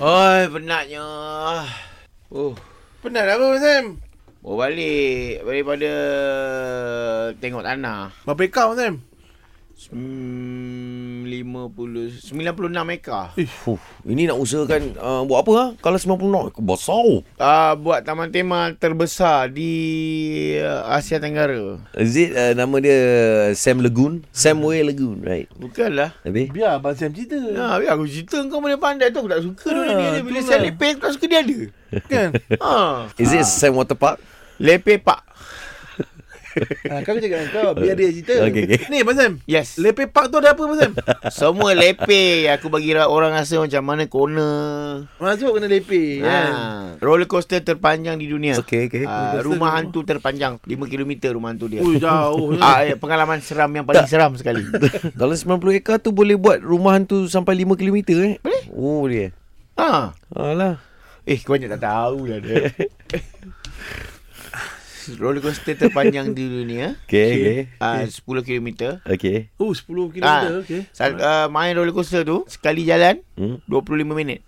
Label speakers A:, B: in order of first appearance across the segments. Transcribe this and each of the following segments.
A: Oi, penatnya. Oh,
B: Penat apa lah Sam?
A: mau balik daripada tengok tanah.
B: Berapa ekar Sam?
A: Hmm, 50 96 ekar.
C: Fuh, ini nak usahakan uh, buat apa ha? Kalau 90 knot, besar.
A: Uh, buat taman tema terbesar di uh, Asia Tenggara.
C: Is it uh, nama dia Sam Lagoon? Samway Lagoon, right?
A: Bukanlah.
C: Habis?
B: Biar Abang Sam cerita.
A: Ha, biar aku cerita kau boleh pandai tu aku tak suka ha, dia, dia. Bila
B: Eh. itulah.
A: saya lepeh aku tak suka dia ada.
B: Kan?
A: Ha.
C: Is it Sam Water Park?
A: Lepeh pak.
B: ha, kau cakap dengan kau. Biar dia cerita.
C: Okey, okey.
B: Ni Abang Sam.
A: Yes.
B: Lepe Park tu ada apa Abang Sam?
A: Semua lepeh aku bagi ra- orang rasa macam mana corner.
B: Masuk kena lepe. Kan?
A: Ha. Roller coaster terpanjang di dunia.
C: Okey, okey.
A: Ah, rumah hantu terpanjang 5 km rumah hantu dia.
B: Ui jauh.
A: Ah, eh, pengalaman seram yang paling seram sekali.
C: Kalau 90 ekar tu boleh buat rumah hantu sampai 5 km eh? Boleh. Oh, boleh. eh?
A: ha.
C: Alah.
A: Eh, kau banyak tak tahu lah dia. Roller coaster terpanjang di dunia.
C: Okey, okey.
A: Ah, 10 km.
C: Okey.
B: Oh 10 km.
A: Ah,
B: Okey.
A: sal- ah, main roller coaster tu sekali jalan
C: Hmm.
A: 25 minit.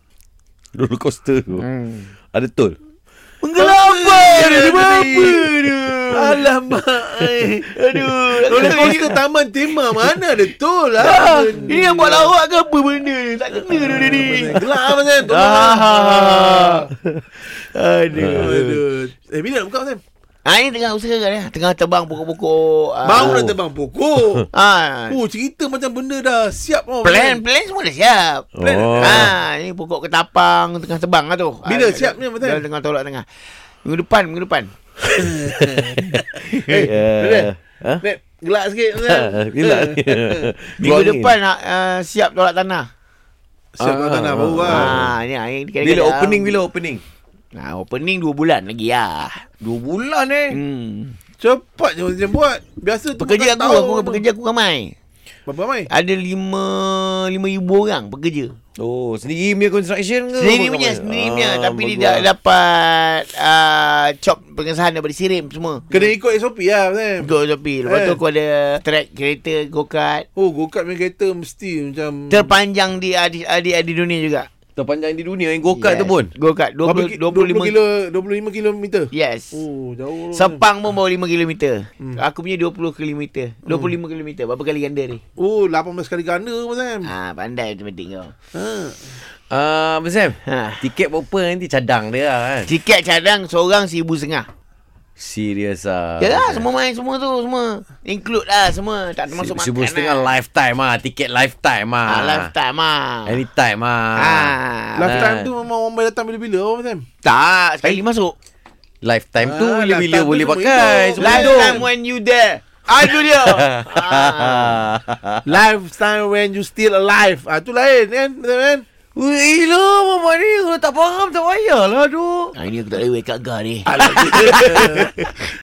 C: Roller coaster tu.
A: Hmm.
C: Ada tol.
A: Menggelapa dia
B: Kenapa
A: dia. eh.
B: Alamak. ai.
A: Aduh,
B: Roller coaster taman tema mana ada tol
A: Ah,
B: lah.
A: Ini yang buat lawak ke apa benda ni? Tak kena dia ni. ha,
B: Gelap Abang Sam. ha,
A: Ah.
B: Tolong.
A: Aduh.
B: Aduh. Eh bila nak buka Abang Sam?
A: Ah ini tengah usaha kan ya. Tengah tebang pokok-pokok. ah.
B: Baru nak terbang pokok.
A: Ah.
B: Oh cerita macam benda dah siap oh,
A: Plan, plan semua dah siap.
C: Plan. Oh.
A: Ah, ini pokok ketapang tengah tebang lah tu.
B: Bila
A: Ah,
B: siap ni, Abang Sam?
A: Dalam tengah tolak tengah. Minggu depan, minggu depan.
B: Eh, Red,
C: Ha?
B: Red, gelak sikit. Eh,
C: Bila?
A: Minggu depan nak uh, siap tolak tanah.
B: Siap
C: Ah.
B: ah, tanah baru lah.
A: Ah, ni ah, ini kira-kira
C: Bila
A: ah.
C: opening, bila opening?
A: Nah, opening 2 bulan lagi lah.
C: Dua bulan eh.
A: Hmm.
B: Cepat je macam buat. Biasa tu
A: Pekerja
B: bukan
A: aku,
B: tahun
A: aku
B: tu.
A: pekerja aku ramai.
B: Berapa mai?
A: Ada lima lima ribu orang pekerja.
C: Oh, sendiri punya construction ke?
A: Sendiri
C: Apa
A: punya,
C: kau
A: sendiri
C: main?
A: punya.
C: Ah,
A: Tapi dia
C: bagus
A: dah
C: lah.
A: dapat uh, chop pengesahan daripada sirim semua.
B: Kena ikut SOP lah Sam.
A: Go tepi. Lepas tu
B: Eh.
A: aku ada track kereta, go-kart.
B: Oh, go-kart punya kereta mesti macam
A: Terpanjang di ah, di, di, di dunia juga.
C: Terpanjang di dunia yang go-kart tu pun.
A: Go-kart.
B: berapa
A: 20,
B: ki- 25
A: 25,
B: kilo 25 kilometer.
A: Yes.
B: Oh, jauh.
A: Sepang pun bawa 5 km.
B: Hmm.
A: Aku punya 20 km. 25
C: Hmm.
A: km. Berapa kali ganda ni?
B: Oh, 18 kali ganda Abang Sam.
A: Ha, pandai matematik kau.
B: Ha.
C: Ah, uh, Sam.
A: Ha.
C: Tiket berapa nanti cadang dia lah kan?
A: Tiket cadang seorang seribu setengah.
C: Serius ah.
A: Yalah, Ya lah, semua main semua tu, semua. Include lah semua. Tak termasuk makan
C: Sebelum setengah
A: lah.
C: lifetime ah, tiket lifetime ah.
A: Ah, lifetime ah.
C: Anytime ah.
A: Ah.
B: Last
C: nah.
B: time tu memang orang boleh datang bila-bila Abang Sam.
A: Tak, sekali masuk.
C: Lifetime tu
B: Ah,
C: bila-bila
B: lifetime tu
C: boleh
B: semua
C: pakai.
B: hidup.
C: Semua
A: Last
C: hidup.
A: time when you there. Aduh dia. ah.
B: Lifetime when you still alive. Ah, tu lain kan, Abang Sam kan?
C: Weh, lah mamak ni
A: Ah,
C: kalau tak faham tak payahlah aduh.
A: Hari ni aku tak boleh wake up gar ni.
B: Alah,